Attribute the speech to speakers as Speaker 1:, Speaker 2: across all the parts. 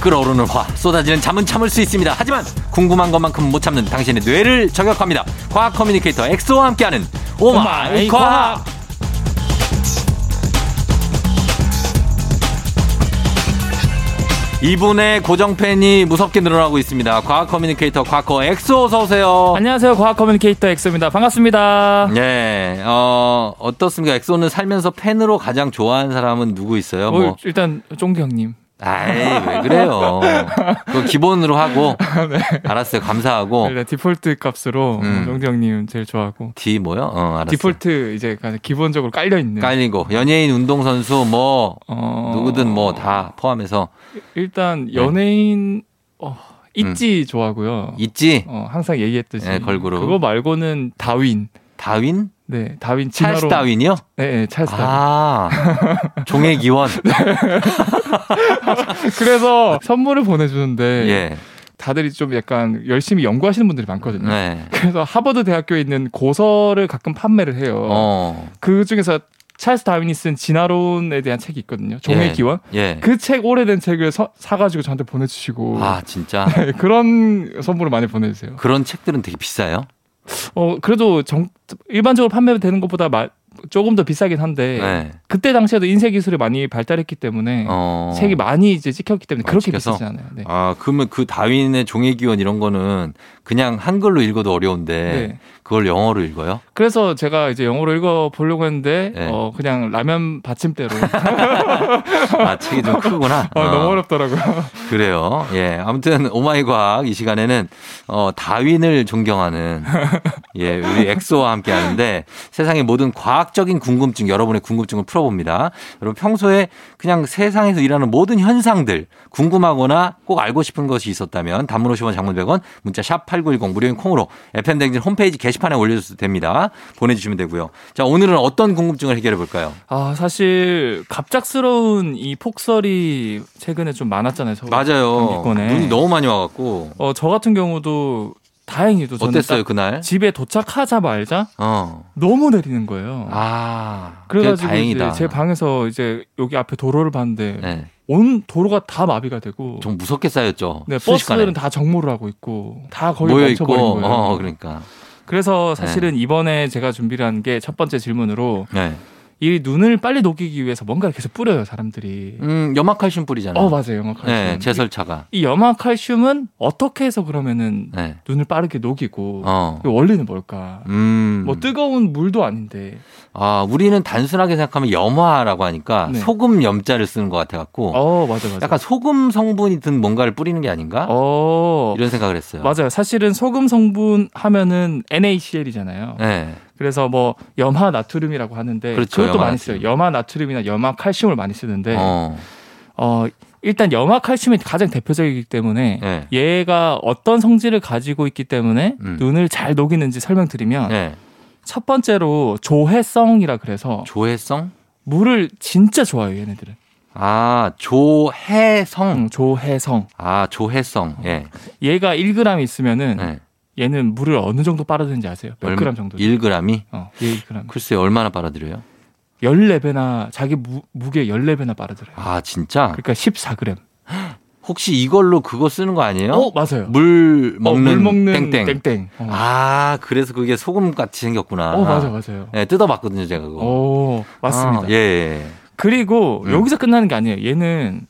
Speaker 1: 끓어오르는 화 쏟아지는 잠은 참을 수 있습니다. 하지만 궁금한 것만큼 못 참는 당신의 뇌를 저격합니다. 과학 커뮤니케이터 엑소와 함께하는 오마이
Speaker 2: 오마이
Speaker 1: 과학.
Speaker 2: 과학.
Speaker 1: 이분의 고정 팬이 무섭게 늘어나고 있습니다. 과학 커뮤니케이터 과커 엑소 어서 오세요.
Speaker 2: 안녕하세요. 과학 커뮤니케이터 엑소입니다. 반갑습니다.
Speaker 1: 예, 어, 어떻습니까? 엑소는 살면서 팬으로 가장 좋아하는 사람은 누구 있어요?
Speaker 2: 어,
Speaker 1: 뭐,
Speaker 2: 일단 쫑기 형님.
Speaker 1: 아이, 왜 그래요? 그거 기본으로 하고,
Speaker 2: 네.
Speaker 1: 알았어요. 감사하고,
Speaker 2: 일단 네, 디폴트 값으로
Speaker 1: 음.
Speaker 2: 쫑기 형님 제일 좋아하고.
Speaker 1: D 뭐요? 어, 알았어요.
Speaker 2: 디폴트 이제 가장 기본적으로 깔려 있는.
Speaker 1: 깔리고, 연예인, 운동선수, 뭐,
Speaker 2: 어,
Speaker 1: 누구든 뭐 네. 다 포함해서
Speaker 2: 일단 연예인 어, 있지 좋아하고요.
Speaker 1: 있지?
Speaker 2: 어, 항상 얘기했듯이
Speaker 1: 음. 네, 걸그룹.
Speaker 2: 그거 말고는 다윈.
Speaker 1: 다윈?
Speaker 2: 네, 다윈
Speaker 1: 찰스
Speaker 2: 진화로-
Speaker 1: 다윈이요?
Speaker 2: 네, 네, 찰스 다윈.
Speaker 1: 아, 종의 기원.
Speaker 2: 그래서 선물을 보내 주는데
Speaker 1: 예.
Speaker 2: 다들 좀 약간 열심히 연구하시는 분들이 많거든요.
Speaker 1: 네.
Speaker 2: 그래서 하버드 대학교에 있는 고서를 가끔 판매를 해요.
Speaker 1: 어,
Speaker 2: 그 중에서 찰스 다윈이 쓴 진화론에 대한 책이 있거든요. 종의
Speaker 1: 예.
Speaker 2: 기원.
Speaker 1: 예.
Speaker 2: 그 책 오래된 책을 서- 사가지고 저한테 보내주시고
Speaker 1: 아, 진짜.
Speaker 2: 네, 그런 선물을 많이 보내주세요.
Speaker 1: 그런 책들은 되게 비싸요?
Speaker 2: 어 그래도 정- 일반적으로 판매되는 것보다 마- 조금 더 비싸긴 한데
Speaker 1: 네.
Speaker 2: 그때 당시에도 인쇄 기술이 많이 발달했기 때문에
Speaker 1: 어.
Speaker 2: 네. 책이 많이 이제 찍혔기 때문에
Speaker 1: 많이
Speaker 2: 그렇게
Speaker 1: 찍혀서?
Speaker 2: 비싸지 않아요. 네.
Speaker 1: 아, 그러면 그 다윈의 종의 기원 이런 거는 그냥 한글로 읽어도 어려운데
Speaker 2: 네.
Speaker 1: 그걸 영어로 읽어요?
Speaker 2: 그래서 제가 이제 영어로 읽어 보려고 했는데
Speaker 1: 네.
Speaker 2: 어 그냥 라면 받침대로
Speaker 1: 아, 책이 좀 크구나.
Speaker 2: 어,
Speaker 1: 어,
Speaker 2: 너무 어렵더라고요.
Speaker 1: 그래요. 예. 아무튼 오마이 과학 이 시간에는 어, 다윈을 존경하는 예, 우리 엑소와 함께 하는데 세상의 모든 과학적인 궁금증, 여러분의 궁금증을 풀어봅니다. 여러분 평소에 그냥 세상에서 일하는 모든 현상들 궁금하거나 꼭 알고 싶은 것이 있었다면 단문 50원 장문 100원 문자 샵 8910 무료인 콩으로 FM댕진 홈페이지 게시판에 올려주셔도 됩니다. 보내주시면 되고요. 자, 오늘은 어떤 궁금증을 해결해 볼까요?
Speaker 2: 아 사실 갑작스러운 이 폭설이 최근에 좀 많았잖아요. 서울.
Speaker 1: 맞아요.
Speaker 2: 경기권에.
Speaker 1: 눈이 너무 많이 와갖고
Speaker 2: 어, 저 같은 경우도 다행히도 저는
Speaker 1: 어땠어요
Speaker 2: 딱
Speaker 1: 그날?
Speaker 2: 집에 도착하자마자
Speaker 1: 어.
Speaker 2: 너무 내리는 거예요.
Speaker 1: 아,
Speaker 2: 그래가지고
Speaker 1: 다행이다.
Speaker 2: 이제 제 방에서 이제 여기 앞에 도로를 봤는데
Speaker 1: 네,
Speaker 2: 온 도로가 다 마비가 되고
Speaker 1: 좀 무섭게 쌓였죠.
Speaker 2: 네,
Speaker 1: 순식간에.
Speaker 2: 버스들은 다 정모를 하고 있고 다 거의
Speaker 1: 모여
Speaker 2: 멈춰버린
Speaker 1: 있고,
Speaker 2: 거예요.
Speaker 1: 어, 네. 그러니까.
Speaker 2: 그래서 사실은 이번에 제가 준비를 한 게 첫 번째 질문으로
Speaker 1: 네.
Speaker 2: 이 눈을 빨리 녹이기 위해서 뭔가를 계속 뿌려요 사람들이.
Speaker 1: 음, 염화칼슘 뿌리잖아요.
Speaker 2: 어 맞아요 염화칼슘.
Speaker 1: 네, 제설차가.
Speaker 2: 이 염화칼슘은 어떻게 해서 그러면은
Speaker 1: 네.
Speaker 2: 눈을 빠르게 녹이고
Speaker 1: 어.
Speaker 2: 그 원리는 뭘까?
Speaker 1: 음.
Speaker 2: 뭐 뜨거운 물도 아닌데.
Speaker 1: 아, 우리는 단순하게 생각하면 염화라고 하니까
Speaker 2: 네.
Speaker 1: 소금 염자를 쓰는 것 같아 갖고
Speaker 2: 어 맞아 맞아.
Speaker 1: 약간 소금 성분이 든 뭔가를 뿌리는 게 아닌가?
Speaker 2: 어
Speaker 1: 이런 생각을 했어요.
Speaker 2: 맞아요. 사실은 소금 성분 하면은 NaCl이잖아요.
Speaker 1: 네.
Speaker 2: 그래서 뭐 염화 나트륨이라고 하는데
Speaker 1: 그렇죠,
Speaker 2: 그것도
Speaker 1: 염화
Speaker 2: 많이
Speaker 1: 나트륨.
Speaker 2: 써요. 염화 나트륨이나 염화 칼슘을 많이 쓰는데 어.
Speaker 1: 어.
Speaker 2: 일단 염화 칼슘이 가장 대표적이기 때문에
Speaker 1: 네.
Speaker 2: 얘가 어떤 성질을 가지고 있기 때문에
Speaker 1: 음.
Speaker 2: 눈을 잘 녹이는지 설명드리면
Speaker 1: 네.
Speaker 2: 첫 번째로 조해성이라 그래서
Speaker 1: 조해성?
Speaker 2: 물을 진짜 좋아해요 얘네들은
Speaker 1: 아, 조해성.
Speaker 2: 응, 조해성
Speaker 1: 아, 조해성. 예.
Speaker 2: 얘가 1g 있으면은
Speaker 1: 네.
Speaker 2: 얘는 물을 어느 정도 빨아드는지 아세요? 몇
Speaker 1: 얼마-
Speaker 2: 그램 정도?
Speaker 1: 1g이
Speaker 2: 어, 얘 1g
Speaker 1: 글쎄 얼마나 빨아들여요?
Speaker 2: 14배나 자기 무, 무게 14배나 빨아들어요
Speaker 1: 아 진짜?
Speaker 2: 그러니까 14g
Speaker 1: 혹시 이걸로 그거 쓰는 거 아니에요?
Speaker 2: 어 맞아요
Speaker 1: 물
Speaker 2: 어,
Speaker 1: 먹는,
Speaker 2: 물 먹는
Speaker 1: 땡땡.
Speaker 2: 어.
Speaker 1: 아 그래서 그게 소금 같이 생겼구나.
Speaker 2: 어, 맞아 맞아요
Speaker 1: 예, 뜯어봤거든요 제가 그거.
Speaker 2: 오 맞습니다
Speaker 1: 아, 예, 예.
Speaker 2: 그리고
Speaker 1: 음.
Speaker 2: 여기서 끝나는 게 아니에요 얘는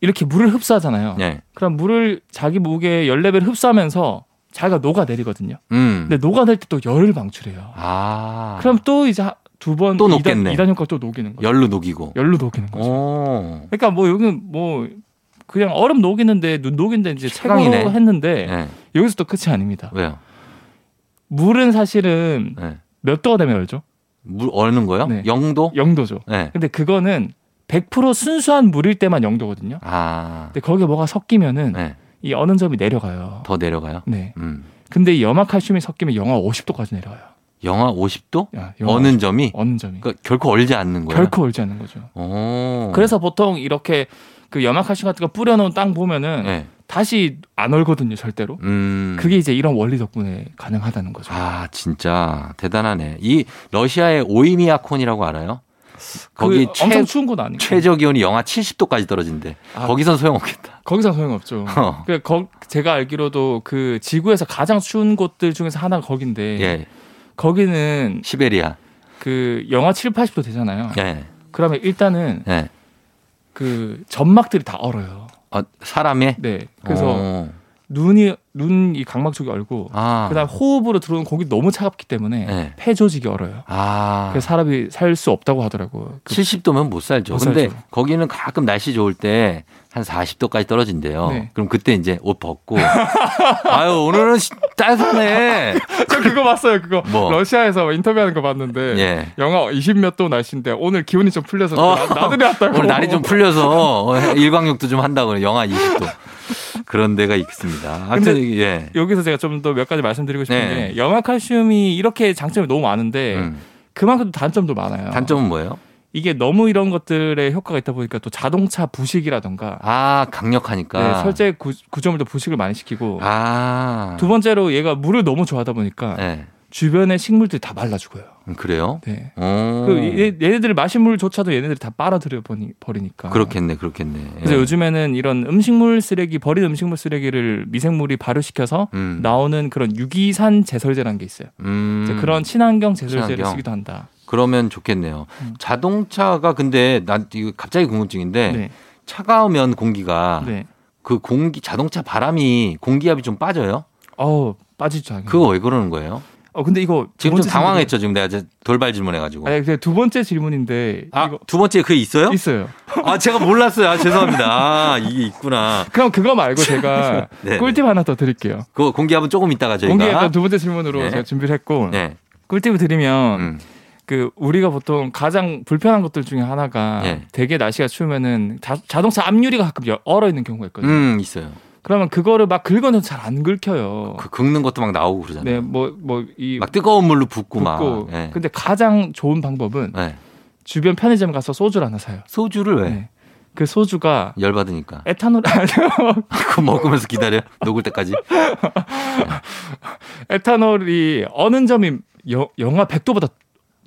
Speaker 2: 이렇게 물을 흡수하잖아요
Speaker 1: 예.
Speaker 2: 그럼 물을 자기 무게 14배를 흡수하면서 자기가 녹아내리거든요
Speaker 1: 음.
Speaker 2: 근데 녹아낼 때 또 열을 방출해요
Speaker 1: 아.
Speaker 2: 그럼 또 이제 두 번
Speaker 1: 또
Speaker 2: 이단,
Speaker 1: 녹겠네.
Speaker 2: 이단 효과 또 녹이는 거예요
Speaker 1: 열로 녹이고.
Speaker 2: 열로 녹이는 거죠
Speaker 1: 오.
Speaker 2: 그러니까 뭐 여기는 뭐 그냥 얼음 녹이는데 눈 녹인데 이제
Speaker 1: 최강이네.
Speaker 2: 최강으로 했는데
Speaker 1: 예.
Speaker 2: 여기서 또 끝이 아닙니다.
Speaker 1: 왜요?
Speaker 2: 물은 사실은
Speaker 1: 예.
Speaker 2: 몇 도가 되면 열죠?
Speaker 1: 물 얼는 거요?
Speaker 2: 네.
Speaker 1: 영도?
Speaker 2: 영도죠.
Speaker 1: 예.
Speaker 2: 근데 그거는 100% 순수한 물일 때만 영도거든요.
Speaker 1: 아.
Speaker 2: 근데 거기에 뭐가 섞이면은
Speaker 1: 예.
Speaker 2: 이 어느 점이 내려가요.
Speaker 1: 더 내려가요?
Speaker 2: 네.
Speaker 1: 음.
Speaker 2: 근데 이 염화칼슘이 섞이면 영하 50도까지 내려가요.
Speaker 1: 영하 50도?
Speaker 2: 야, 영하
Speaker 1: 어는 점이
Speaker 2: 50도, 어느 점이
Speaker 1: 그러니까 결코 얼지 않는 거예요.
Speaker 2: 결코 얼지 않는 거죠.
Speaker 1: 오.
Speaker 2: 그래서 보통 이렇게 그 염화칼슘 같은 거 뿌려놓은 땅 보면은
Speaker 1: 예.
Speaker 2: 다시 안 얼거든요, 절대로.
Speaker 1: 음.
Speaker 2: 그게 이제 이런 원리 덕분에 가능하다는 거죠.
Speaker 1: 아, 진짜 대단하네. 이 러시아의 오이미아콘이라고 알아요? 거기
Speaker 2: 그
Speaker 1: 최,
Speaker 2: 엄청 추운 곳 아니에요?
Speaker 1: 최저 기온이 영하 70도까지 떨어진대.
Speaker 2: 아.
Speaker 1: 거기선 소용없겠다.
Speaker 2: 거기서 소용없죠.
Speaker 1: 어.
Speaker 2: 그 거, 제가 알기로도 그 지구에서 가장 추운 곳들 중에서 하나가 거긴데
Speaker 1: 예.
Speaker 2: 거기는
Speaker 1: 시베리아.
Speaker 2: 그 영하 7, 80도 되잖아요.
Speaker 1: 예.
Speaker 2: 그러면 일단은
Speaker 1: 예.
Speaker 2: 그 점막들이 다 얼어요.
Speaker 1: 어, 사람의
Speaker 2: 네. 그래서
Speaker 1: 어.
Speaker 2: 눈이 눈 이 각막 쪽이 얼고
Speaker 1: 아.
Speaker 2: 그다음 호흡으로 들어오는 공기 너무 차갑기 때문에
Speaker 1: 예.
Speaker 2: 폐 조직이 얼어요.
Speaker 1: 아.
Speaker 2: 그래서 사람이 살 수 없다고 하더라고요. 그-
Speaker 1: 70도면 못 살죠.
Speaker 2: 못
Speaker 1: 근데
Speaker 2: 살죠.
Speaker 1: 거기는 가끔 날씨 좋을 때 한 40도까지 떨어진대요.
Speaker 2: 네.
Speaker 1: 그럼 그때 이제 옷 벗고 아유 오늘은 시- 따뜻하네.
Speaker 2: 저 그거 봤어요. 그거
Speaker 1: 뭐?
Speaker 2: 러시아에서 인터뷰하는 거 봤는데
Speaker 1: 예.
Speaker 2: 영하 20몇 도 날씨인데 오늘 기온이 좀 풀려서
Speaker 1: 어.
Speaker 2: 나- 나들이 왔다고.
Speaker 1: 오늘 날이 좀 풀려서 어, 일광욕도 좀 한다고 그래요. 영하 20도 그런 데가 있습니다. 하여튼 예.
Speaker 2: 여기서 제가 좀 더 몇 가지 말씀드리고 싶은
Speaker 1: 네.
Speaker 2: 게 영하 칼슘이 이렇게 장점이 너무 많은데
Speaker 1: 음.
Speaker 2: 그만큼 단점도 많아요.
Speaker 1: 단점은 뭐예요?
Speaker 2: 이게 너무 이런 것들에 효과가 있다 보니까 또 자동차 부식이라던가
Speaker 1: 아
Speaker 2: 네,
Speaker 1: 강력하니까.
Speaker 2: 설제 구, 구조물도 부식을 많이 시키고
Speaker 1: 아.
Speaker 2: 두 번째로 얘가 물을 너무 좋아하다 보니까
Speaker 1: 예.
Speaker 2: 주변의 식물들이 다 말라 죽어요.
Speaker 1: 음, 그래요?
Speaker 2: 네.
Speaker 1: 어.
Speaker 2: 그 얘- 얘네들이 마신 물조차도 얘네들이 다 빨아들여 버니- 버리니까.
Speaker 1: 그렇겠네, 그렇겠네. 예.
Speaker 2: 그래서 요즘에는 이런 음식물 쓰레기 버린 음식물 쓰레기를 미생물이 발효시켜서
Speaker 1: 음.
Speaker 2: 나오는 그런 유기산 제설제라는 게 있어요.
Speaker 1: 음.
Speaker 2: 이제 그런 친환경 제설제를
Speaker 1: 친환경.
Speaker 2: 쓰기도 한다.
Speaker 1: 그러면 좋겠네요.
Speaker 2: 음.
Speaker 1: 자동차가 근데 난 이거 갑자기 궁금증인데
Speaker 2: 네.
Speaker 1: 차가우면 공기가
Speaker 2: 네.
Speaker 1: 그 공기 자동차 바람이 공기압이 좀 빠져요?
Speaker 2: 어우, 빠지죠. 당연히.
Speaker 1: 그거 왜 그러는 거예요?
Speaker 2: 어, 근데 이거 두
Speaker 1: 지금
Speaker 2: 번째
Speaker 1: 좀 당황했죠. 지금 내가 이제 돌발 질문해가지고.
Speaker 2: 질문... 아니, 근데 두 번째 질문인데
Speaker 1: 아,
Speaker 2: 이거
Speaker 1: 두 번째 그게 있어요?
Speaker 2: 있어요.
Speaker 1: 아, 제가 몰랐어요. 아, 죄송합니다. 아, 이게 있구나.
Speaker 2: 그럼 그거 말고 제가
Speaker 1: 네.
Speaker 2: 꿀팁 하나 더 드릴게요.
Speaker 1: 그 공기압은 조금 있다가 저희가.
Speaker 2: 공개했던 두 번째 질문으로
Speaker 1: 네.
Speaker 2: 제가 준비를 했고
Speaker 1: 네.
Speaker 2: 꿀팁을 드리면
Speaker 1: 음.
Speaker 2: 그 우리가 보통 가장 불편한 것들 중에 하나가
Speaker 1: 네.
Speaker 2: 되게 날씨가 추우면은 자, 자동차 앞유리가 가끔 여- 얼어 있는 경우가 있거든요.
Speaker 1: 음, 있어요.
Speaker 2: 그러면 그거를 막 긁어내도 잘 안 긁혀요.
Speaker 1: 그 긁는 것도 막 나오고 그러잖아요.
Speaker 2: 네, 뭐 뭐 이
Speaker 1: 막 뜨거운 물로 붓고,
Speaker 2: 붓고.
Speaker 1: 막.
Speaker 2: 그
Speaker 1: 네.
Speaker 2: 근데 가장 좋은 방법은
Speaker 1: 네.
Speaker 2: 주변 편의점 가서 소주를 하나 사요.
Speaker 1: 소주를 왜?
Speaker 2: 네. 그 소주가
Speaker 1: 열받으니까.
Speaker 2: 에탄올 아니요.
Speaker 1: 그거 먹으면서 기다려. 녹을 때까지.
Speaker 2: 에탄올이 어는 점이 여- 영하 100도보다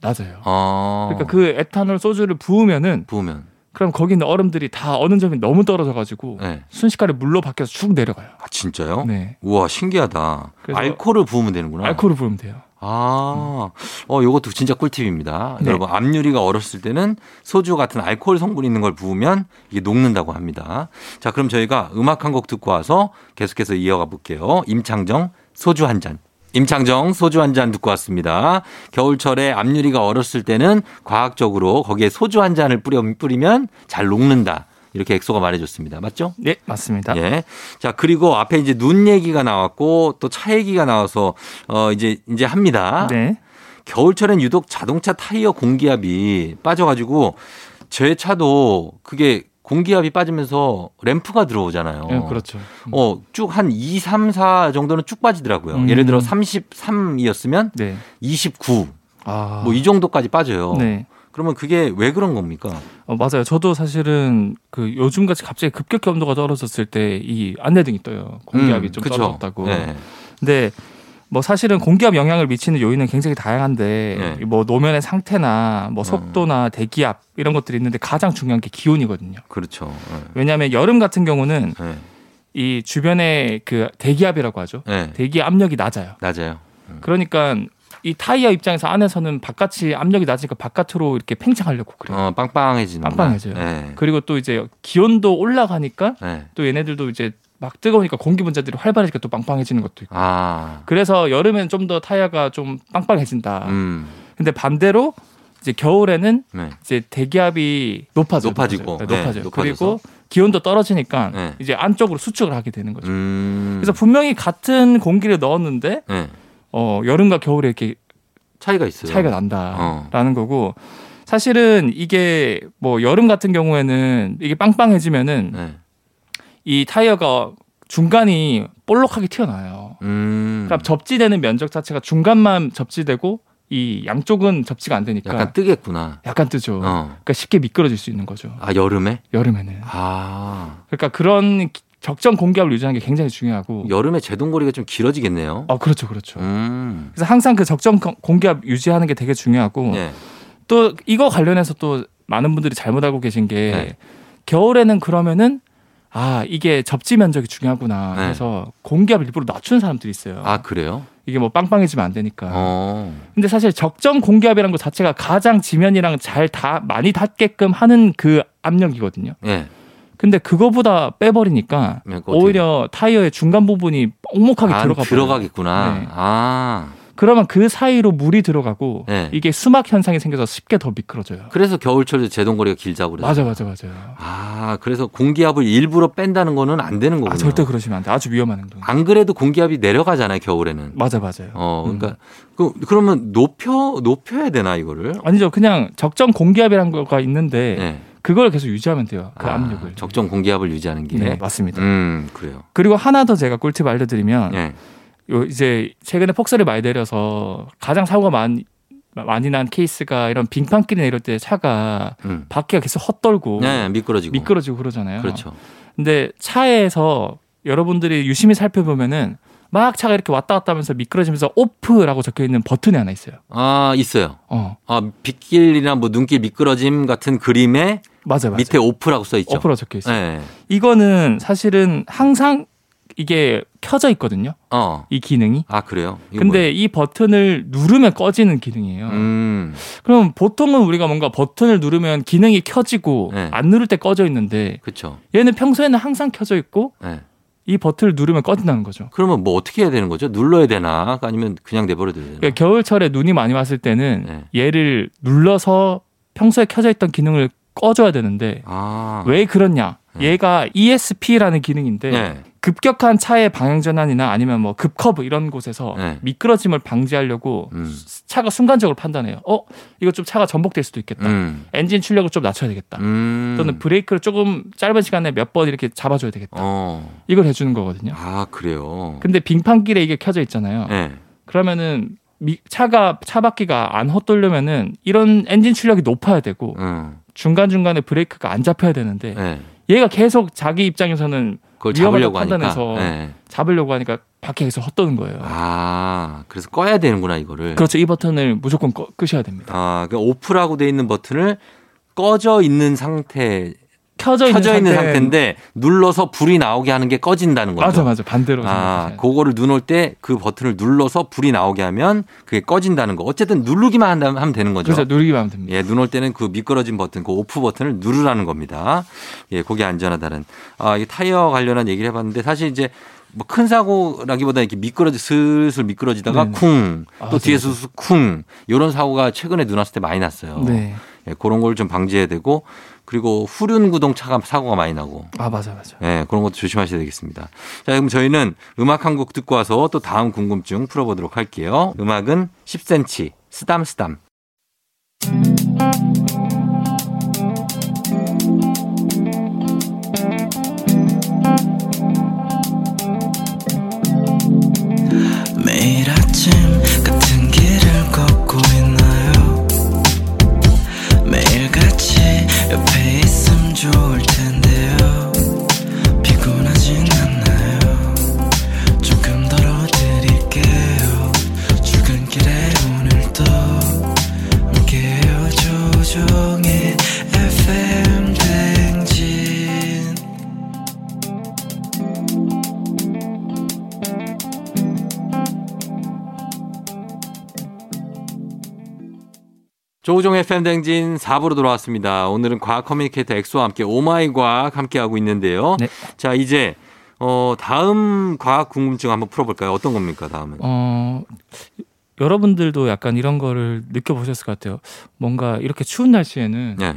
Speaker 2: 낮아요.
Speaker 1: 어.
Speaker 2: 그러니까 그 에탄올 소주를 부으면은
Speaker 1: 부으면.
Speaker 2: 그럼 거기 있는 얼음들이 다 어는 점이 너무 떨어져 가지고
Speaker 1: 네.
Speaker 2: 순식간에 물로 바뀌어서 쭉 내려가요.
Speaker 1: 아, 진짜요?
Speaker 2: 네.
Speaker 1: 우와, 신기하다.
Speaker 2: 그래서-
Speaker 1: 알코올을 부으면 되는구나.
Speaker 2: 알코올을 부으면 돼요.
Speaker 1: 아, 어, 요것도 진짜 꿀팁입니다.
Speaker 2: 네.
Speaker 1: 여러분, 암유리가 얼었을 때는 소주 같은 알코올 성분이 있는 걸 부으면 이게 녹는다고 합니다. 자, 그럼 저희가 음악 한 곡 듣고 와서 계속해서 이어가 볼게요. 임창정, 소주 한 잔. 임창정, 소주 한 잔 듣고 왔습니다. 겨울철에 암유리가 얼었을 때는 과학적으로 거기에 소주 한 잔을 뿌려, 뿌리면 잘 녹는다. 이렇게 엑소가 말해줬습니다. 맞죠?
Speaker 2: 네, 맞습니다.
Speaker 1: 예. 자, 그리고 앞에 이제 눈 얘기가 나왔고 또 차 얘기가 나와서 어 이제 이제 합니다.
Speaker 2: 네.
Speaker 1: 겨울철엔 유독 자동차 타이어 공기압이 빠져 가지고 제 차도 그게 공기압이 빠지면서 램프가 들어오잖아요.
Speaker 2: 네, 그렇죠.
Speaker 1: 어, 쭉 한 2, 3, 4 정도는 쭉 빠지더라고요.
Speaker 2: 음.
Speaker 1: 예를 들어 33이었으면
Speaker 2: 네.
Speaker 1: 29,
Speaker 2: 아.
Speaker 1: 뭐 이 정도까지 빠져요.
Speaker 2: 네.
Speaker 1: 그러면 그게 왜 그런 겁니까?
Speaker 2: 어, 맞아요. 저도 사실은 그 요즘같이 갑자기 급격히 온도가 떨어졌을 때 이 안내등이 떠요. 공기압이
Speaker 1: 음,
Speaker 2: 좀
Speaker 1: 그쵸?
Speaker 2: 떨어졌다고.
Speaker 1: 네.
Speaker 2: 근데 뭐 사실은 공기압 영향을 미치는 요인은 굉장히 다양한데
Speaker 1: 네. 음.
Speaker 2: 뭐 노면의 상태나 뭐 속도나 대기압 이런 것들이 있는데 가장 중요한 게 기온이거든요.
Speaker 1: 그렇죠. 네.
Speaker 2: 왜냐하면 여름 같은 경우는
Speaker 1: 네.
Speaker 2: 이 주변에 그 대기압이라고 하죠.
Speaker 1: 네.
Speaker 2: 대기 압력이 낮아요.
Speaker 1: 낮아요.
Speaker 2: 그러니까 이 타이어 입장에서 안에서는 바깥이 압력이 낮으니까 바깥으로 이렇게 팽창하려고 그래요.
Speaker 1: 어, 빵빵해지는
Speaker 2: 빵빵해져요.
Speaker 1: 네.
Speaker 2: 그리고 또 이제 기온도 올라가니까
Speaker 1: 네.
Speaker 2: 또 얘네들도 이제 막 뜨거우니까 공기 분자들이 활발해지니까 또 빵빵해지는 것도 있고.
Speaker 1: 아.
Speaker 2: 그래서 여름엔 좀 더 타이어가 좀 빵빵해진다.
Speaker 1: 음.
Speaker 2: 근데 반대로 이제 겨울에는
Speaker 1: 네.
Speaker 2: 이제 대기압이 높아져
Speaker 1: 높아지고. 네,
Speaker 2: 높아져요.
Speaker 1: 높아져서.
Speaker 2: 그리고 기온도 떨어지니까
Speaker 1: 네.
Speaker 2: 이제 안쪽으로 수축을 하게 되는 거죠.
Speaker 1: 음.
Speaker 2: 그렇죠. 그래서 분명히 같은 공기를 넣었는데
Speaker 1: 네.
Speaker 2: 어, 여름과 겨울에 이렇게
Speaker 1: 차이가 있어요.
Speaker 2: 차이가 난다라는 거고 사실은 이게 뭐 여름 같은 경우에는 이게 빵빵해지면은
Speaker 1: 네.
Speaker 2: 이 타이어가 중간이 볼록하게 튀어나와요.
Speaker 1: 음.
Speaker 2: 그러니까 접지되는 면적 자체가 중간만 접지되고 이 양쪽은 접지가 안 되니까
Speaker 1: 약간
Speaker 2: 약간,
Speaker 1: 뜨겠구나.
Speaker 2: 뜨죠.
Speaker 1: 어.
Speaker 2: 그러니까 쉽게 미끄러질 수 있는 거죠.
Speaker 1: 아, 여름에?
Speaker 2: 여름에는.
Speaker 1: 아.
Speaker 2: 그러니까 그런 기- 적정 공기압을 유지하는 게 굉장히 중요하고.
Speaker 1: 여름에 제동거리가 좀 길어지겠네요.
Speaker 2: 아 그렇죠, 그렇죠.
Speaker 1: 음. 음.
Speaker 2: 그래서 항상 그 적정 공- 공기압 유지하는 게 되게 중요하고
Speaker 1: 네.
Speaker 2: 또 이거 관련해서 또 많은 분들이 잘못 알고 계신 게
Speaker 1: 네.
Speaker 2: 겨울에는 그러면은 아 이게 접지 면적이 중요하구나
Speaker 1: 네.
Speaker 2: 그래서 공기압을 일부러 낮추는 사람들이 있어요.
Speaker 1: 아 그래요?
Speaker 2: 이게 뭐 빵빵해지면 안 되니까.
Speaker 1: 어.
Speaker 2: 근데 사실 적정 공기압이라는 것 자체가 가장 지면이랑 잘 다 많이 닿게끔 하는 그 압력이거든요.
Speaker 1: 예.
Speaker 2: 근데 그거보다 빼버리니까
Speaker 1: 네, 그거 어떻게-
Speaker 2: 오히려 타이어의 중간 부분이 뻑목하게
Speaker 1: 아,
Speaker 2: 들어가 버려요.
Speaker 1: 들어가겠구나.
Speaker 2: 네.
Speaker 1: 아.
Speaker 2: 그러면 그 사이로 물이 들어가고
Speaker 1: 네.
Speaker 2: 이게 수막 현상이 생겨서 쉽게 더 미끄러져요.
Speaker 1: 그래서 겨울철에 제동거리가 길자고 그래요.
Speaker 2: 맞아 맞아 맞아요.
Speaker 1: 아, 그래서 공기압을 일부러 뺀다는 거는 안 되는 거군요.
Speaker 2: 아 절대 그러시면 안 돼. 아주 위험한 행동.
Speaker 1: 안 그래도 공기압이 내려가잖아요, 겨울에는.
Speaker 2: 맞아 맞아요. 음.
Speaker 1: 어, 그러니까 그, 그러면 높여 높여야 되나 이거를?
Speaker 2: 아니죠. 그냥 적정 공기압이라는 거가 있는데
Speaker 1: 네.
Speaker 2: 그걸 계속 유지하면 돼요. 그
Speaker 1: 아,
Speaker 2: 압력을.
Speaker 1: 적정 공기압을 유지하는 게.
Speaker 2: 네, 맞습니다.
Speaker 1: 음, 그래요.
Speaker 2: 그리고 하나 더 제가 꿀팁 알려드리면
Speaker 1: 예.
Speaker 2: 요 이제 최근에 폭설이 많이 내려서 가장 사고가 많, 많이 난 케이스가 이런 빙판길이나 이럴 때 차가
Speaker 1: 음.
Speaker 2: 바퀴가 계속 헛돌고
Speaker 1: 네, 미끄러지고.
Speaker 2: 뭐 미끄러지고 그러잖아요.
Speaker 1: 그렇죠.
Speaker 2: 근데 차에서 여러분들이 유심히 살펴보면은 막 차가 이렇게 왔다 갔다 하면서 미끄러지면서 오프라고 적혀 있는 버튼이 하나 있어요.
Speaker 1: 아, 있어요.
Speaker 2: 어.
Speaker 1: 아, 빗길이나 뭐 눈길 미끄러짐 같은 그림에
Speaker 2: 맞아요, 맞아요.
Speaker 1: 밑에 오프라고 써 있죠.
Speaker 2: 오프라고 적혀 있어요.
Speaker 1: 예.
Speaker 2: 이거는 사실은 항상 이게 켜져 있거든요.
Speaker 1: 어.
Speaker 2: 이 기능이.
Speaker 1: 아, 그래요. 이거
Speaker 2: 근데 이 버튼을 누르면 꺼지는 기능이에요.
Speaker 1: 뭐예요? 음.
Speaker 2: 그럼 보통은 우리가 뭔가 버튼을 누르면 기능이 켜지고
Speaker 1: 네.
Speaker 2: 안 누를 때 꺼져 있는데
Speaker 1: 그렇죠.
Speaker 2: 얘는 평소에는 항상 켜져 있고
Speaker 1: 예.
Speaker 2: 이 버튼을 누르면 꺼진다는 거죠.
Speaker 1: 그러면 뭐 어떻게 해야 되는 거죠? 눌러야 되나? 아니면 그냥 내버려 둬야 되나? 예.
Speaker 2: 그러니까 겨울철에 눈이 많이 왔을
Speaker 1: 네.
Speaker 2: 때는 얘를 눌러서 평소에 켜져 있던 기능을 꺼줘야 되는데
Speaker 1: 아.
Speaker 2: 왜 그렇냐?
Speaker 1: 네.
Speaker 2: 얘가 ESP라는 기능인데
Speaker 1: 네.
Speaker 2: 급격한 차의 방향 전환이나 아니면 뭐 급커브 이런 곳에서
Speaker 1: 네.
Speaker 2: 미끄러짐을 방지하려고
Speaker 1: 음.
Speaker 2: 차가 순간적으로 판단해요. 어, 이거 좀 차가 전복될 수도 있겠다.
Speaker 1: 음.
Speaker 2: 엔진 출력을 좀 낮춰야 되겠다.
Speaker 1: 음.
Speaker 2: 또는 브레이크를 조금 짧은 시간에 몇 번 이렇게 잡아줘야 되겠다.
Speaker 1: 어.
Speaker 2: 이걸 해주는 거거든요.
Speaker 1: 아, 그래요.
Speaker 2: 근데 빙판길에 이게 켜져 있잖아요.
Speaker 1: 예.
Speaker 2: 그러면은 미- 차가 차 바퀴가 안 헛돌려면은 이런 엔진 출력이 높아야 되고
Speaker 1: 음.
Speaker 2: 중간 중간에 브레이크가 안 잡혀야 되는데
Speaker 1: 예.
Speaker 2: 얘가 계속 자기 입장에서는
Speaker 1: 그걸
Speaker 2: 위험하다고
Speaker 1: 잡으려고 하니까.
Speaker 2: 판단해서.
Speaker 1: 예.
Speaker 2: 잡으려고 하니까 바퀴에서 헛도는 거예요.
Speaker 1: 아, 네. 그래서 꺼야 되는구나 이거를.
Speaker 2: 그렇죠. 이 버튼을 무조건 꺼, 끄셔야 됩니다.
Speaker 1: 아, 그 오프라고 돼 있는 버튼을 꺼져 있는 상태,
Speaker 2: 켜져 있는,
Speaker 1: 켜져 있는
Speaker 2: 상태는-
Speaker 1: 상태인데 눌러서 불이 나오게 하는 게 꺼진다는 거죠.
Speaker 2: 맞아 맞아 반대로
Speaker 1: 아,
Speaker 2: 생각하세요.
Speaker 1: 그거를 눈 올 때 그 버튼을 눌러서 불이 나오게 하면 그게 꺼진다는 거. 어쨌든 누르기만 한다면 하면 되는 거죠.
Speaker 2: 그래서 누르기만 하면 됩니다.
Speaker 1: 예, 눈 올 때는 그 미끄러진 버튼, 그 오프 버튼을 누르라는 겁니다. 예, 그게 안전하다는. 아, 이 타이어 관련한 얘기를 해봤는데 사실 이제 뭐 큰 사고라기보다 이렇게 미끄러지 슬슬 미끄러지다가
Speaker 2: 네네.
Speaker 1: 쿵, 또
Speaker 2: 아,
Speaker 1: 뒤에서 쿵 이런 사고가 최근에 눈 왔을 때 많이 났어요.
Speaker 2: 네.
Speaker 1: 예, 그런 걸 좀 방지해야 되고 그리고 후륜 구동차가 사고가 많이 나고
Speaker 2: 아 맞아 맞아.
Speaker 1: 예, 그런 것도 조심하셔야 되겠습니다. 자, 그럼 저희는 음악 한 곡 듣고 와서 또 다음 궁금증 풀어보도록 할게요. 음악은 10cm, 쓰담쓰담.
Speaker 3: 매일 아침 같은 길을 걷고 있나요 매일 같이 옆에 있음 좋을 텐데요 피곤하진 않나요 조금 덜어드릴게요 출근길에 오늘도 함께해요 조종의 FM 댕진
Speaker 1: 조우종 FM 댕진 4부로 돌아왔습니다. 오늘은 과학 커뮤니케이터 엑소와 함께 오마이 과학 함께하고 있는데요.
Speaker 2: 네.
Speaker 1: 자, 이제 어, 다음 과학 궁금증 한번 풀어볼까요? 어떤 겁니까, 다음은?
Speaker 2: 어 여러분들도 약간 이런 거를 느껴보셨을 것 같아요. 뭔가 이렇게 추운 날씨에는
Speaker 1: 네.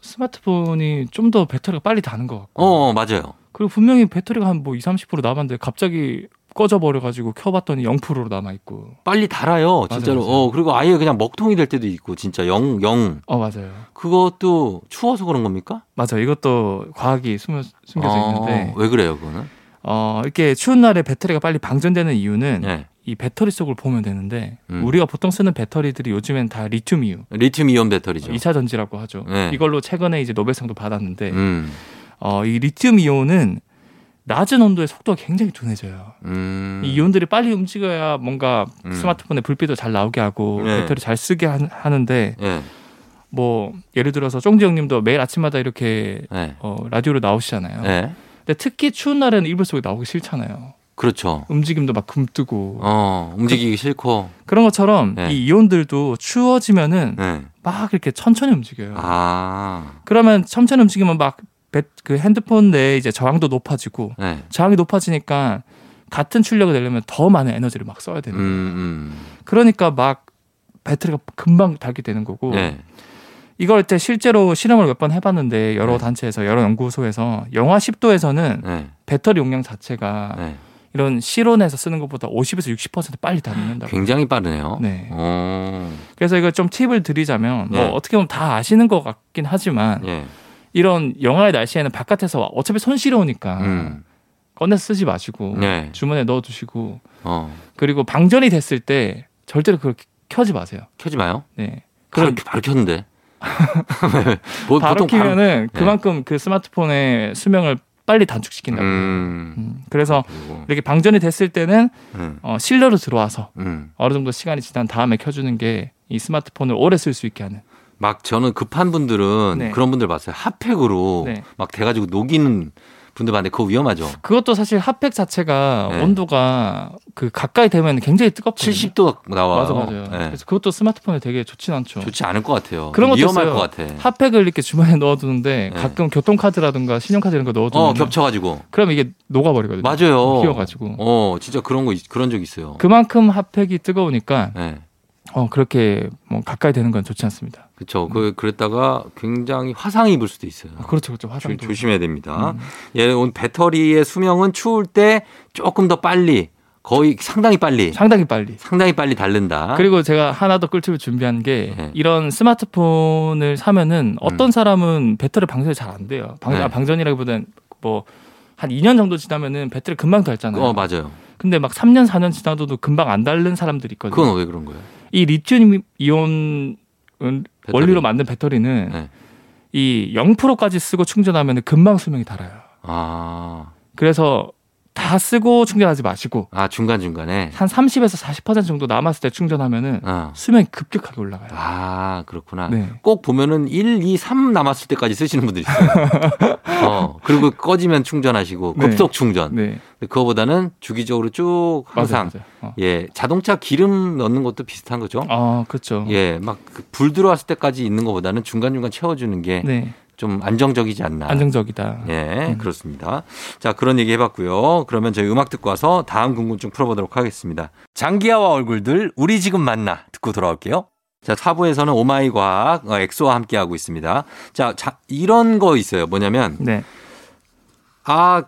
Speaker 2: 스마트폰이 좀 더 배터리가 빨리 다는 것 같고
Speaker 1: 어, 맞아요.
Speaker 2: 그리고 분명히 배터리가 한 뭐 2, 30% 남았는데 갑자기 꺼져버려가지고 켜봤더니 0%로 남아있고
Speaker 1: 빨리 달아요, 진짜로.
Speaker 2: 맞아요.
Speaker 1: 어, 그리고 아예 그냥 먹통이 될 때도 있고, 진짜 영, 영.
Speaker 2: 어 맞아요.
Speaker 1: 그것도 추워서 그런 겁니까?
Speaker 2: 맞아 이것도 과학이 숨겨, 숨겨져 있는데
Speaker 1: 어, 왜 그래요, 그거는?
Speaker 2: 어 이렇게 추운 날에 배터리가 빨리 방전되는 이유는
Speaker 1: 네.
Speaker 2: 이 배터리 속을 보면 되는데
Speaker 1: 음.
Speaker 2: 우리가 보통 쓰는 배터리들이 요즘엔 다 리튬 이온
Speaker 1: 리튬 이온 배터리죠.
Speaker 2: 이차 전지라고 하죠.
Speaker 1: 그렇죠. 네.
Speaker 2: 이걸로 최근에 이제 노벨상도 받았는데
Speaker 1: 음.
Speaker 2: 어, 이 리튬 이온은 낮은 온도에 속도가 굉장히 둔해져요.
Speaker 1: 음.
Speaker 2: 이 이온들이 빨리 움직여야 뭔가
Speaker 1: 음.
Speaker 2: 스마트폰에 불빛도 잘 나오게 하고
Speaker 1: 네.
Speaker 2: 배터리 잘 쓰게 하- 하는데
Speaker 1: 예.
Speaker 2: 뭐 예를 들어서 쫑지 형님도 매일 아침마다 이렇게
Speaker 1: 예.
Speaker 2: 어, 라디오로 나오시잖아요.
Speaker 1: 예.
Speaker 2: 근데 특히 추운 날에는 이불 속에 나오기 싫잖아요.
Speaker 1: 그렇죠.
Speaker 2: 움직임도 막 금뜨고
Speaker 1: 어, 움직이기 싫고.
Speaker 2: 그런 것처럼
Speaker 1: 네.
Speaker 2: 이 이온들도 추워지면은
Speaker 1: 예.
Speaker 2: 막 이렇게 천천히 움직여요.
Speaker 1: 아.
Speaker 2: 그러면 천천히 움직이면 막 그 핸드폰 내 이제 저항도 높아지고
Speaker 1: 예.
Speaker 2: 저항이 높아지니까 같은 출력을 내려면 더 많은 에너지를 막 써야
Speaker 1: 음,
Speaker 2: 되는. 거예요.
Speaker 1: 음.
Speaker 2: 그러니까 막 배터리가 금방 닳게 되는 거고
Speaker 1: 예.
Speaker 2: 이걸 이제 실제로 실험을 몇 번 해봤는데 여러
Speaker 1: 네.
Speaker 2: 단체에서 여러 연구소에서 영하 10도에서는
Speaker 1: 예.
Speaker 2: 배터리 용량 자체가
Speaker 1: 예.
Speaker 2: 이런 실온에서 쓰는 것보다 50에서 60% 빨리 닳는다고.
Speaker 1: 굉장히 빠르네요.
Speaker 2: 네.
Speaker 1: 어.
Speaker 2: 그래서 이걸 좀 팁을 드리자면 뭐
Speaker 1: 네.
Speaker 2: 어떻게 보면 다 아시는 것 같긴 하지만
Speaker 1: 예.
Speaker 2: 이런 영하의 날씨에는 바깥에서 어차피 손시려우니까
Speaker 1: 음.
Speaker 2: 꺼내 서 쓰지 마시고
Speaker 1: 네.
Speaker 2: 주머니에 넣어두시고
Speaker 1: 어.
Speaker 2: 그리고 방전이 됐을 때 절대로 그걸 켜지 마세요.
Speaker 1: 켜지 마요.
Speaker 2: 네.
Speaker 1: 바로,
Speaker 2: 그럼
Speaker 1: 바로 켰는데. 뭐 보,
Speaker 2: 바로
Speaker 1: 보통 네. 바로.
Speaker 2: 키면은 그만큼 그 스마트폰의 수명을 빨리 단축시킨다고. 요
Speaker 1: 음.
Speaker 2: 그래서
Speaker 1: 그리고,
Speaker 2: 이렇게 방전이 됐을 때는
Speaker 1: 음.
Speaker 2: 어, 실내로 들어와서
Speaker 1: 음.
Speaker 2: 어느 정도 시간이 지난 다음에 켜주는 게 이 스마트폰을 오래 쓸 수 있게 하는.
Speaker 1: 막 저는 급한 분들은
Speaker 2: 네.
Speaker 1: 그런 분들 봤어요. 핫팩으로
Speaker 2: 네.
Speaker 1: 막 돼가지고 녹이는 분들 봤는데 그거 위험하죠.
Speaker 2: 그것도 사실 핫팩 자체가
Speaker 1: 네.
Speaker 2: 온도가 그 가까이 되면 굉장히 뜨겁거든요.
Speaker 1: 70도 나와요.
Speaker 2: 맞아 맞아요.
Speaker 1: 예.
Speaker 2: 그래서 그것도 스마트폰에 되게 좋진 않죠.
Speaker 1: 좋지 않을 것 같아요.
Speaker 2: 그런 것도
Speaker 1: 위험할
Speaker 2: 있어요.
Speaker 1: 것 같아.
Speaker 2: 핫팩을 이렇게 주머니에 넣어두는데
Speaker 1: 네.
Speaker 2: 가끔 교통카드라든가 신용카드 이런 거 넣어두면
Speaker 1: 어 겹쳐가지고
Speaker 2: 그럼 이게 녹아버리거든요.
Speaker 1: 맞아요.
Speaker 2: 휘어가지고
Speaker 1: 어 진짜 그런 거 있- 그런 적 있어요.
Speaker 2: 그만큼 핫팩이 뜨거우니까
Speaker 1: 예.
Speaker 2: 어, 그렇게 뭐 가까이 되는 건 좋지 않습니다.
Speaker 1: 그렇죠. 그 그랬다가 굉장히 화상 입을 수도 있어요.
Speaker 2: 아, 그렇죠, 그렇죠. 화장도
Speaker 1: 조, 심해야 됩니다.
Speaker 2: 음.
Speaker 1: 예, 오늘 배터리의 수명은 추울 때 조금 더 빨리 거의 상당히 빨리
Speaker 2: 상당히 빨리.
Speaker 1: 상당히 빨리 닳는다.
Speaker 2: 그리고 제가 하나 더 꿀팁을 준비한 게
Speaker 1: 아? 네. 음.
Speaker 2: 이런 스마트폰을 사면은 어떤 사람은 배터리 방전이 잘 안 돼요. 방,
Speaker 1: 네.
Speaker 2: 아, 방전이라기보다는 뭐 한 2년 정도 지나면은 배터리 금방 닳잖아요.
Speaker 1: 어 맞아요.
Speaker 2: 근데 막 3년 4년 지나도 금방 안 닳는 사람들이 있거든요.
Speaker 1: 그건 왜 그런 거예요?
Speaker 2: 이 리튬 이온
Speaker 1: 배터리.
Speaker 2: 원리로 만든 배터리는
Speaker 1: 네.
Speaker 2: 이 0%까지 쓰고 충전하면 금방 수명이 닳아요.
Speaker 1: 아,
Speaker 2: 그래서 다 쓰고 충전하지 마시고
Speaker 1: 아 중간 중간에.
Speaker 2: 한 30에서 40% 정도 남았을 때 충전하면은
Speaker 1: 어.
Speaker 2: 수명이 급격하게 올라가요.
Speaker 1: 아 그렇구나.
Speaker 2: 네.
Speaker 1: 꼭 보면은 1, 2, 3 남았을 때까지 쓰시는 분들 있어요. 어, 그리고 꺼지면 충전하시고
Speaker 2: 네.
Speaker 1: 급속 충전.
Speaker 2: 네.
Speaker 1: 근데 그거보다는 주기적으로 쭉 항상
Speaker 2: 맞아요. 맞아요. 어.
Speaker 1: 예, 자동차 기름 넣는 것도 비슷한 거죠.
Speaker 2: 아, 그렇죠.
Speaker 1: 예, 막 불 들어왔을 때까지 있는 것보다는 중간중간 채워주는 게 좀
Speaker 2: 네.
Speaker 1: 안정적이지 않나.
Speaker 2: 안정적이다.
Speaker 1: 아, 예, 그렇습니다. 자, 그런 얘기 해봤고요. 그러면 저희 음악 듣고 와서 다음 궁금증 풀어보도록 하겠습니다. 장기하와 얼굴들, 우리 지금 만나 듣고 돌아올게요. 자, 4부에서는 오마이 과학, 어, 엑소와 함께하고 있습니다. 자, 자, 이런 거 있어요. 뭐냐면,
Speaker 2: 네.
Speaker 1: 아,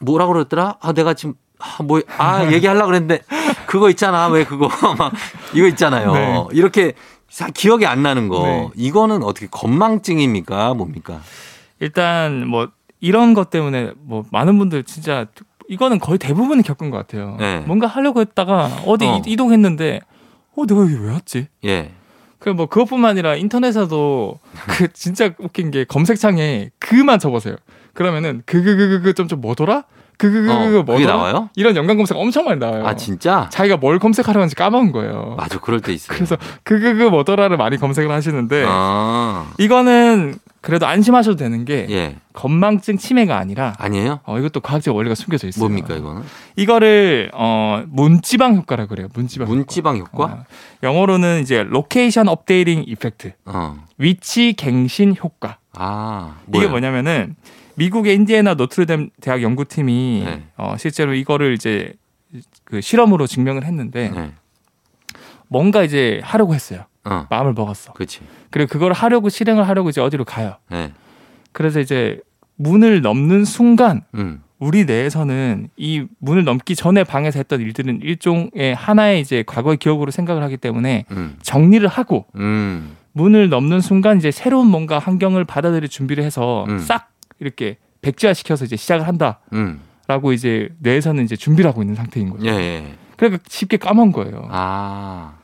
Speaker 1: 뭐라 그랬더라? 아, 내가 지금, 아, 뭐, 아, 얘기하려고 그랬는데, 그거 있잖아. 왜 그거, 막, 이거 있잖아요.
Speaker 2: 네.
Speaker 1: 이렇게 사- 기억이 안 나는 거.
Speaker 2: 네.
Speaker 1: 이거는 어떻게 건망증입니까? 뭡니까?
Speaker 2: 일단 뭐 이런 것 때문에 뭐 많은 분들 진짜 이거는 거의 대부분이 겪은 것 같아요.
Speaker 1: 네.
Speaker 2: 뭔가 하려고 했다가 어디
Speaker 1: 어.
Speaker 2: 이- 이동했는데 어 내가 여기 왜 왔지?
Speaker 1: 예.
Speaker 2: 그 뭐 그것뿐만 아니라 인터넷에서도 그 진짜 웃긴 게 검색창에 그만 적으세요. 그러면은 그그그그그 점점 뭐더라? 그그그그 어.
Speaker 1: 어,
Speaker 2: 뭐더라?
Speaker 1: 그게 나와요?
Speaker 2: 이런 연관 검색 엄청 많이 나와요.
Speaker 1: 아, 진짜?
Speaker 2: 자기가 뭘 검색하려는지 까먹은 거예요.
Speaker 1: 맞아, 그럴 때 있어요.
Speaker 2: 그래서 그그그 뭐더라를 많이 검색을 하시는데
Speaker 1: 아,
Speaker 2: 이거는 그래도 안심하셔도 되는 게
Speaker 1: 예.
Speaker 2: 건망증 치매가 아니라
Speaker 1: 아니에요?
Speaker 2: 어, 이것도 과학적 원리가 숨겨져 있어요.
Speaker 1: 뭡니까, 이거는?
Speaker 2: 이거를 어, 문지방 효과라고 그래요. 문지방.
Speaker 1: 문지방
Speaker 2: 효과.
Speaker 1: 효과?
Speaker 2: 어, 영어로는 이제 로케이션 업데이팅 이펙트.
Speaker 1: 어.
Speaker 2: 위치 갱신 효과.
Speaker 1: 아,
Speaker 2: 이게 뭐냐면은 미국의 인디애나 노트르담 대학 연구팀이
Speaker 1: 네.
Speaker 2: 어, 실제로 이거를 이제 그 실험으로 증명을 했는데
Speaker 1: 네.
Speaker 2: 뭔가 이제 하려고 했어요.
Speaker 1: 어,
Speaker 2: 마음을 먹었어.
Speaker 1: 그렇지.
Speaker 2: 그리고 그걸 하려고 실행을 하려고 이제 어디로 가요.
Speaker 1: 예.
Speaker 2: 그래서 이제 문을 넘는 순간
Speaker 1: 음.
Speaker 2: 우리 내에서는 이 문을 넘기 전에 방에서 했던 일들은 일종의 하나의 이제 과거의 기억으로 생각을 하기 때문에
Speaker 1: 음.
Speaker 2: 정리를 하고
Speaker 1: 음.
Speaker 2: 문을 넘는 순간 이제 새로운 뭔가 환경을 받아들일 준비를 해서
Speaker 1: 음.
Speaker 2: 싹 이렇게 백지화시켜서 이제 시작을
Speaker 1: 음.
Speaker 2: 한다라고 이제 뇌에서는 이제 준비를 하고 있는 상태인 거죠.
Speaker 1: 예, 예.
Speaker 2: 그러니까 쉽게 까먹은 거예요.
Speaker 1: 아,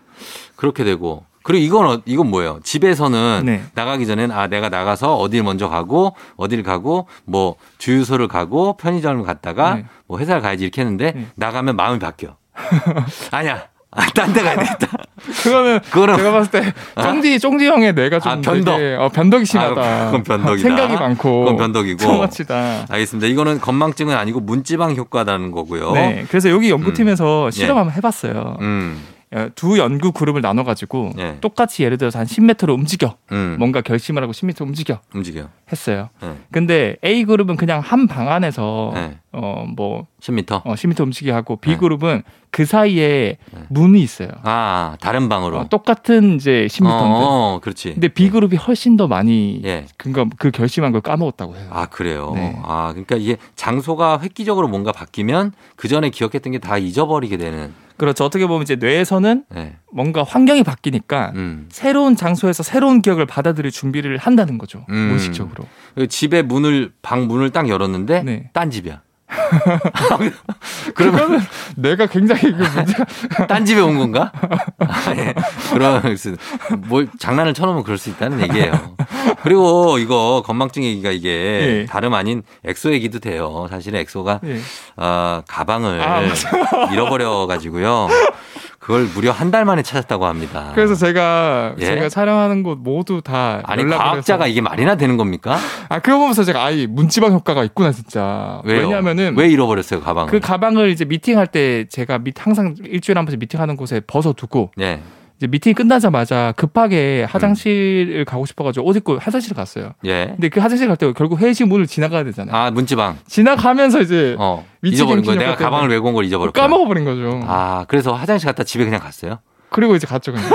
Speaker 1: 그렇게 되고. 그리고 이건 어- 이건 뭐예요? 집에서는
Speaker 2: 네.
Speaker 1: 나가기 전엔 아 내가 나가서 어딜 먼저 가고 어딜 가고 뭐 주유소를 가고 편의점을 갔다가
Speaker 2: 네.
Speaker 1: 뭐 회사를 가야지 이렇게 했는데
Speaker 2: 네.
Speaker 1: 나가면 마음이 바뀌어. 아니야. 아, 딴 데 가야 되겠다.
Speaker 2: 그거는
Speaker 1: 그거는
Speaker 2: 제가 봤을 때 쫑디 쫑디 형의 내가 좀
Speaker 1: 아, 변덕.
Speaker 2: 되게, 어, 변덕이 심하다.
Speaker 1: 아, 그건 변덕이다.
Speaker 2: 생각이 많고
Speaker 1: 그건 변덕이고.
Speaker 2: 성마치다.
Speaker 1: 알겠습니다. 이거는 건망증은 아니고 문지방 효과라는 거고요.
Speaker 2: 네, 그래서 여기 연구팀에서 실험
Speaker 1: 어? 예.
Speaker 2: 한번 해봤어요.
Speaker 1: 음.
Speaker 2: 어, 두 연구 그룹을 나눠가지고
Speaker 1: 예.
Speaker 2: 똑같이 예를 들어서 한 10m로 움직여
Speaker 1: 음.
Speaker 2: 뭔가 결심을 하고 10m 움직여
Speaker 1: 움직여.
Speaker 2: 했어요.
Speaker 1: 네.
Speaker 2: 근데 A 그룹은 그냥 한 방 안에서
Speaker 1: 네.
Speaker 2: 어뭐
Speaker 1: 10m.
Speaker 2: 어, 10m 움직이 하고 B
Speaker 1: 네.
Speaker 2: 그룹은 그 사이에
Speaker 1: 네.
Speaker 2: 문이 있어요.
Speaker 1: 아, 다른 방으로.
Speaker 2: 어, 똑같은 이제 10m인데
Speaker 1: 어, 어, 그렇지.
Speaker 2: 근데 B 그룹이 훨씬 더 많이
Speaker 1: 예.
Speaker 2: 그니까 그 결심한 걸 까먹었다고 해요.
Speaker 1: 아, 그래요.
Speaker 2: 네.
Speaker 1: 아, 그러니까 이게 장소가 획기적으로 뭔가 바뀌면 그 전에 기억했던 게 다 잊어버리게 되는.
Speaker 2: 그렇죠. 어떻게 보면 이제 뇌에서는
Speaker 1: 네.
Speaker 2: 뭔가 환경이 바뀌니까
Speaker 1: 음.
Speaker 2: 새로운 장소에서 새로운 기억을 받아들일 준비를 한다는 거죠.
Speaker 1: 음.
Speaker 2: 무의식적으로.
Speaker 1: 그 집에 문을 방 문을 딱 열었는데
Speaker 2: 네.
Speaker 1: 딴 집이야.
Speaker 2: 그러면 내가 굉장히 그
Speaker 1: 아.
Speaker 2: 문제가
Speaker 1: 딴 집에 온 건가? 아, 예. 그런 수- 뭘 장난을 쳐놓으면 그럴 수 있다는 얘기예요. 그리고 이거 건망증 얘기가 이게
Speaker 2: 예.
Speaker 1: 다름 아닌 엑소 얘기도 돼요. 사실은 엑소가
Speaker 2: 예.
Speaker 1: 어, 가방을
Speaker 2: 아,
Speaker 1: 잃어버려 가지고요. 그걸 무려 한 달 만에 찾았다고 합니다.
Speaker 2: 그래서 제가
Speaker 1: 예?
Speaker 2: 제가 촬영하는 곳 모두 다
Speaker 1: 아니
Speaker 2: 연락을
Speaker 1: 과학자가
Speaker 2: 해서-
Speaker 1: 이게 말이나 되는 겁니까?
Speaker 2: 아 그거 보면서 제가 아이 문지방 효과가 있구나 진짜.
Speaker 1: 왜요?
Speaker 2: 냐면은
Speaker 1: 왜 잃어버렸어요 가방을?
Speaker 2: 그 가방을 이제 미팅할 때 제가 미- 항상 일주일에 한 번씩 미팅하는 곳에 벗어 두고
Speaker 1: 예,
Speaker 2: 이제 미팅이 끝나자마자 급하게 화장실을 가고 싶어가지고 옷 입고 화장실 갔어요.
Speaker 1: 예.
Speaker 2: 근데 그 화장실 갈 때 결국 회의실 문을 지나가야 되잖아요.
Speaker 1: 아 문지방.
Speaker 2: 지나가면서 이제
Speaker 1: 어.
Speaker 2: 미치게
Speaker 1: 잊어버린 거예요. 내가
Speaker 2: 기념할 때는 뭐
Speaker 1: 가방을 메고 온 걸 잊어버렸고.
Speaker 2: 까먹어버린 거죠.
Speaker 1: 아 그래서 화장실 갔다 집에 그냥 갔어요?
Speaker 2: 그리고 이제 갔죠 그냥.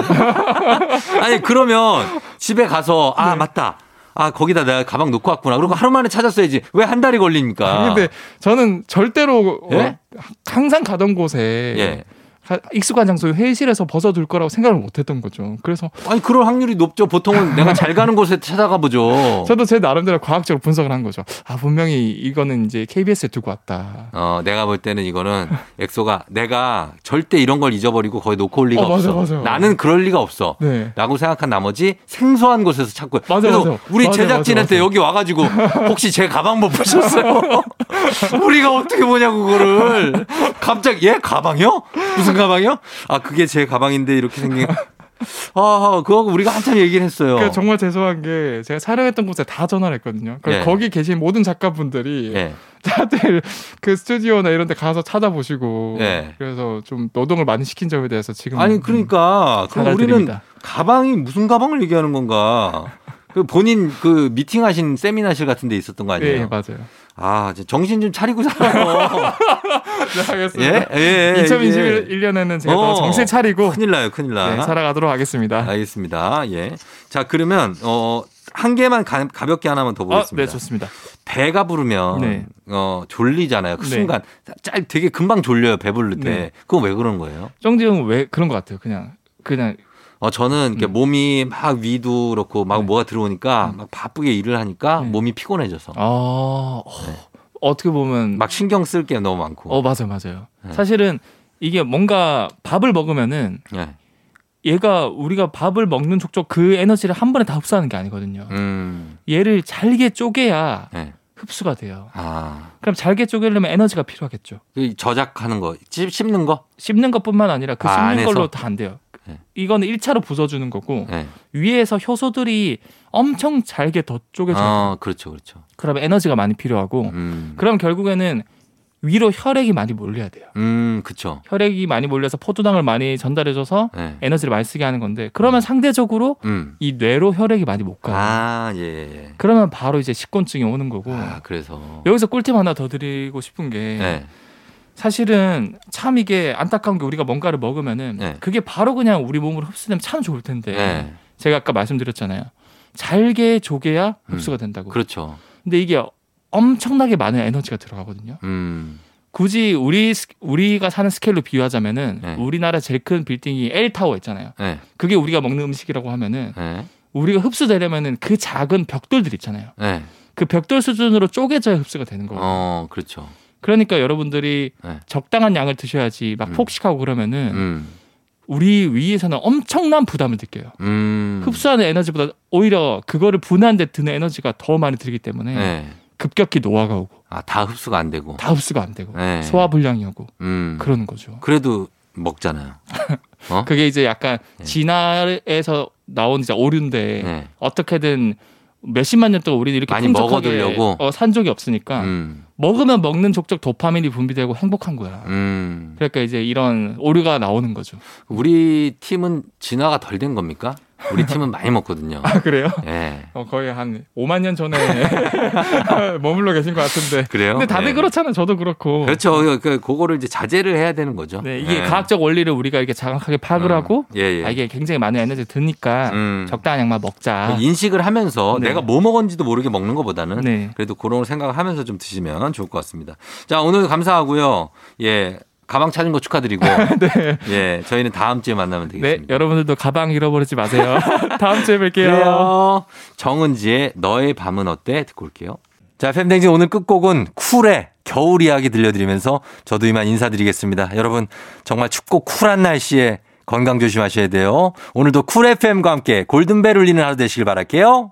Speaker 1: 아니 그러면 집에 가서 아
Speaker 2: 네.
Speaker 1: 맞다. 아 거기다 내가 가방 놓고 왔구나. 그리고 하루 만에 찾았어야지. 왜 한 달이 걸립니까?
Speaker 2: 근데 저는 절대로 어,
Speaker 1: 아. 예?
Speaker 2: 항상 가던 곳에
Speaker 1: 예.
Speaker 2: 가- 익숙한 장소 회의실에서 벗어둘 거라고 생각을 못했던 거죠. 그래서
Speaker 1: 아니 그럴 확률이 높죠. 보통은 내가 잘 가는 곳에 찾아가 보죠.
Speaker 2: 저도 제 나름대로 과학적으로 분석을 한 거죠. 아 분명히 이거는 이제 KBS에 두고 왔다.
Speaker 1: 어 내가 볼 때는 이거는 엑소가 내가 절대 이런 걸 잊어버리고 거의 놓고 올 리가
Speaker 2: 어, 맞아,
Speaker 1: 없어.
Speaker 2: 맞아.
Speaker 1: 나는 그럴 리가 없어.
Speaker 2: 네.
Speaker 1: 라고 생각한 나머지 생소한 곳에서 찾고
Speaker 2: 맞아,
Speaker 1: 그래서
Speaker 2: 맞아.
Speaker 1: 우리
Speaker 2: 맞아,
Speaker 1: 제작진한테
Speaker 2: 맞아, 맞아.
Speaker 1: 여기 와가지고 혹시 제 가방 못 보셨어요? 우리가 어떻게 보냐고 그거를 갑자기 예 가방이요? 무슨 가방이요? 아 그게 제 가방인데 이렇게 생긴 아 그거 우리가 한참 얘기를 했어요.
Speaker 2: 그러니까 정말 죄송한 게 제가 촬영했던 곳에 다 전화를 했거든요. 그래서
Speaker 1: 예.
Speaker 2: 거기 계신 모든 작가분들이
Speaker 1: 예.
Speaker 2: 다들 그 스튜디오나 이런 데 가서 찾아보시고
Speaker 1: 예.
Speaker 2: 그래서 좀 노동을 많이 시킨 점에 대해서 지금
Speaker 1: 아니
Speaker 2: 음.
Speaker 1: 그러니까 그럼 우리는
Speaker 2: 사과드립니다.
Speaker 1: 가방이 무슨 가방을 얘기하는 건가? 그 본인 그 미팅하신 세미나실 같은 데 있었던 거
Speaker 2: 예, 예,
Speaker 1: 아니에요?
Speaker 2: 맞아요.
Speaker 1: 아 이제 정신 좀 차리고 살아요.
Speaker 2: 네,
Speaker 1: 예,
Speaker 2: 알겠습니다.
Speaker 1: 예, 예. 이게
Speaker 2: 2021년에는 제가
Speaker 1: 어.
Speaker 2: 더 정신 차리고
Speaker 1: 큰일 나요, 큰일 나.
Speaker 2: 네, 살아가도록 하겠습니다.
Speaker 1: 알겠습니다. 예. 자, 그러면 어, 한 개만 가, 볍게 하나만 더
Speaker 2: 아,
Speaker 1: 보겠습니다.
Speaker 2: 네, 좋습니다.
Speaker 1: 배가 부르면
Speaker 2: 네.
Speaker 1: 어, 졸리잖아요. 그
Speaker 2: 네.
Speaker 1: 순간 짤 되게 금방 졸려요. 배부를 때.
Speaker 2: 네.
Speaker 1: 그건 왜 그런 거예요?
Speaker 2: 정지영은 왜 그런 것 같아요? 그냥 그냥
Speaker 1: 어, 저는 이렇게
Speaker 2: 음.
Speaker 1: 몸이 막 위도 그렇고 막
Speaker 2: 네.
Speaker 1: 뭐가 들어오니까
Speaker 2: 음.
Speaker 1: 막 바쁘게 일을 하니까
Speaker 2: 네.
Speaker 1: 몸이 피곤해져서
Speaker 2: 아 어,
Speaker 1: 네.
Speaker 2: 어떻게 보면
Speaker 1: 막 신경 쓸 게 너무 많고.
Speaker 2: 어 맞아요, 맞아요.
Speaker 1: 네.
Speaker 2: 사실은 이게 뭔가 밥을 먹으면은
Speaker 1: 예.
Speaker 2: 얘가 우리가 밥을 먹는 족족 그 에너지를 한 번에 다 흡수하는 게 아니거든요.
Speaker 1: 음.
Speaker 2: 얘를 잘게 쪼개야
Speaker 1: 예.
Speaker 2: 흡수가 돼요.
Speaker 1: 아.
Speaker 2: 그럼 잘게 쪼개려면 에너지가 필요하겠죠.
Speaker 1: 그 저작하는 거, 씹- 씹는 거?
Speaker 2: 씹는 것뿐만 아니라 그
Speaker 1: 아,
Speaker 2: 씹는
Speaker 1: 안에서?
Speaker 2: 걸로 다 안 돼요.
Speaker 1: 네.
Speaker 2: 이거는 1차로 부숴주는 거고
Speaker 1: 예.
Speaker 2: 위에서 효소들이 엄청 잘게 더 쪼개져요.
Speaker 1: 어, 그렇죠, 그렇죠.
Speaker 2: 그러면 에너지가 많이 필요하고
Speaker 1: 음.
Speaker 2: 그럼 결국에는 위로 혈액이 많이 몰려야 돼요.
Speaker 1: 음, 그쵸.
Speaker 2: 혈액이 많이 몰려서 포도당을 많이 전달해줘서
Speaker 1: 예.
Speaker 2: 에너지를 많이 쓰게 하는 건데 그러면 상대적으로
Speaker 1: 음.
Speaker 2: 이 뇌로 혈액이 많이 못 가요.
Speaker 1: 아, 예, 예.
Speaker 2: 그러면 바로 이제 식곤증이 어. 오는 거고
Speaker 1: 아, 그래서.
Speaker 2: 여기서 꿀팁 하나 더 드리고 싶은 게
Speaker 1: 네.
Speaker 2: 사실은 참 이게 안타까운 게 우리가 뭔가를 먹으면은
Speaker 1: 네.
Speaker 2: 그게 바로 그냥 우리 몸으로 흡수되면 참 좋을 텐데
Speaker 1: 네.
Speaker 2: 제가 아까 말씀드렸잖아요 잘게 조개야 흡수가 된다고
Speaker 1: 음. 그렇죠.
Speaker 2: 근데 이게 엄청나게 많은 에너지가 들어가거든요
Speaker 1: 음.
Speaker 2: 굳이 우리 스- 우리가 사는 스케일로 비유하자면은
Speaker 1: 네.
Speaker 2: 우리나라 제일 큰 빌딩이 L 타워 있잖아요
Speaker 1: 네.
Speaker 2: 그게 우리가 먹는 음식이라고 하면은
Speaker 1: 네.
Speaker 2: 우리가 흡수되려면은 그 작은 벽돌들 있잖아요
Speaker 1: 네.
Speaker 2: 그 벽돌 수준으로 쪼개져야 흡수가 되는 거예요.
Speaker 1: 어, 그렇죠.
Speaker 2: 그러니까 여러분들이
Speaker 1: 네.
Speaker 2: 적당한 양을 드셔야지
Speaker 1: 음.
Speaker 2: 막 네. 폭식하고 그러면은
Speaker 1: 음.
Speaker 2: 우리 위에서는 엄청난 부담을 느껴요.
Speaker 1: 음.
Speaker 2: 흡수하는 에너지보다 오히려 그거를 분해하는 데 드는 에너지가 더 많이 들기 때문에
Speaker 1: 네.
Speaker 2: 급격히 노화가 오고
Speaker 1: 아, 다 흡수가 안 되고.
Speaker 2: 다 흡수가 안 되고
Speaker 1: 네.
Speaker 2: 소화 불량이 오고
Speaker 1: 음.
Speaker 2: 그러는 거죠.
Speaker 1: 그래도 먹잖아요. 어?
Speaker 2: 그게 이제 약간
Speaker 1: 네.
Speaker 2: 진화에서 나온 이제 오류인데
Speaker 1: 네.
Speaker 2: 어떻게든 몇십만 년 동안 우리는 이렇게
Speaker 1: 많이
Speaker 2: 풍족하게
Speaker 1: 먹어두려고?
Speaker 2: 어, 산 적이 없으니까
Speaker 1: 음.
Speaker 2: 먹으면 먹는 족족 도파민이 분비되고 행복한 거야.
Speaker 1: 음.
Speaker 2: 그러니까 이제 이런 오류가 나오는 거죠.
Speaker 1: 우리 팀은 진화가 덜 된 겁니까? 우리 팀은 많이 먹거든요.
Speaker 2: 아 그래요?
Speaker 1: 예.
Speaker 2: 어, 거의 한 5만 년 전에 머물러 계신 것 같은데.
Speaker 1: 그래요?
Speaker 2: 근데
Speaker 1: 예.
Speaker 2: 다들 그렇죠. 그렇잖아요. 저도 그렇고.
Speaker 1: 그렇죠. 그, 그거를 이제 자제를 해야 되는 거죠.
Speaker 2: 네, 이게
Speaker 1: 예.
Speaker 2: 과학적 원리를 우리가 이렇게 장악하게 파악을
Speaker 1: 음.
Speaker 2: 하고
Speaker 1: 예, 예.
Speaker 2: 아, 이게 굉장히 많은 에너지 드니까
Speaker 1: 음. 그
Speaker 2: 적당한 양만 먹자.
Speaker 1: 인식을 하면서
Speaker 2: 네.
Speaker 1: 내가 뭐 먹었는지도 모르게 먹는 것보다는
Speaker 2: 네.
Speaker 1: 그래도 그런 생각을 하면서 좀 드시면 좋을 것 같습니다. 자, 오늘 감사하고요. 예. 가방 찾은 거 축하드리고. 예. 저희는 다음 주에 만나면
Speaker 2: 네,
Speaker 1: 되겠습니다.
Speaker 2: 여러분들도 가방 잃어버리지 마세요. 다음 주에 뵐게요.
Speaker 1: 그래요. 정은지의 너의 밤은 어때? 듣고 올게요. 자, 팬댕진 오늘 끝곡은 쿨의 겨울 이야기 들려드리면서 저도 이만 인사드리겠습니다. 여러분, 정말 춥고 쿨한 날씨에 건강 조심하셔야 돼요. 오늘도 쿨 FM과 함께 골든벨 울리는 하루 되시길 바랄게요.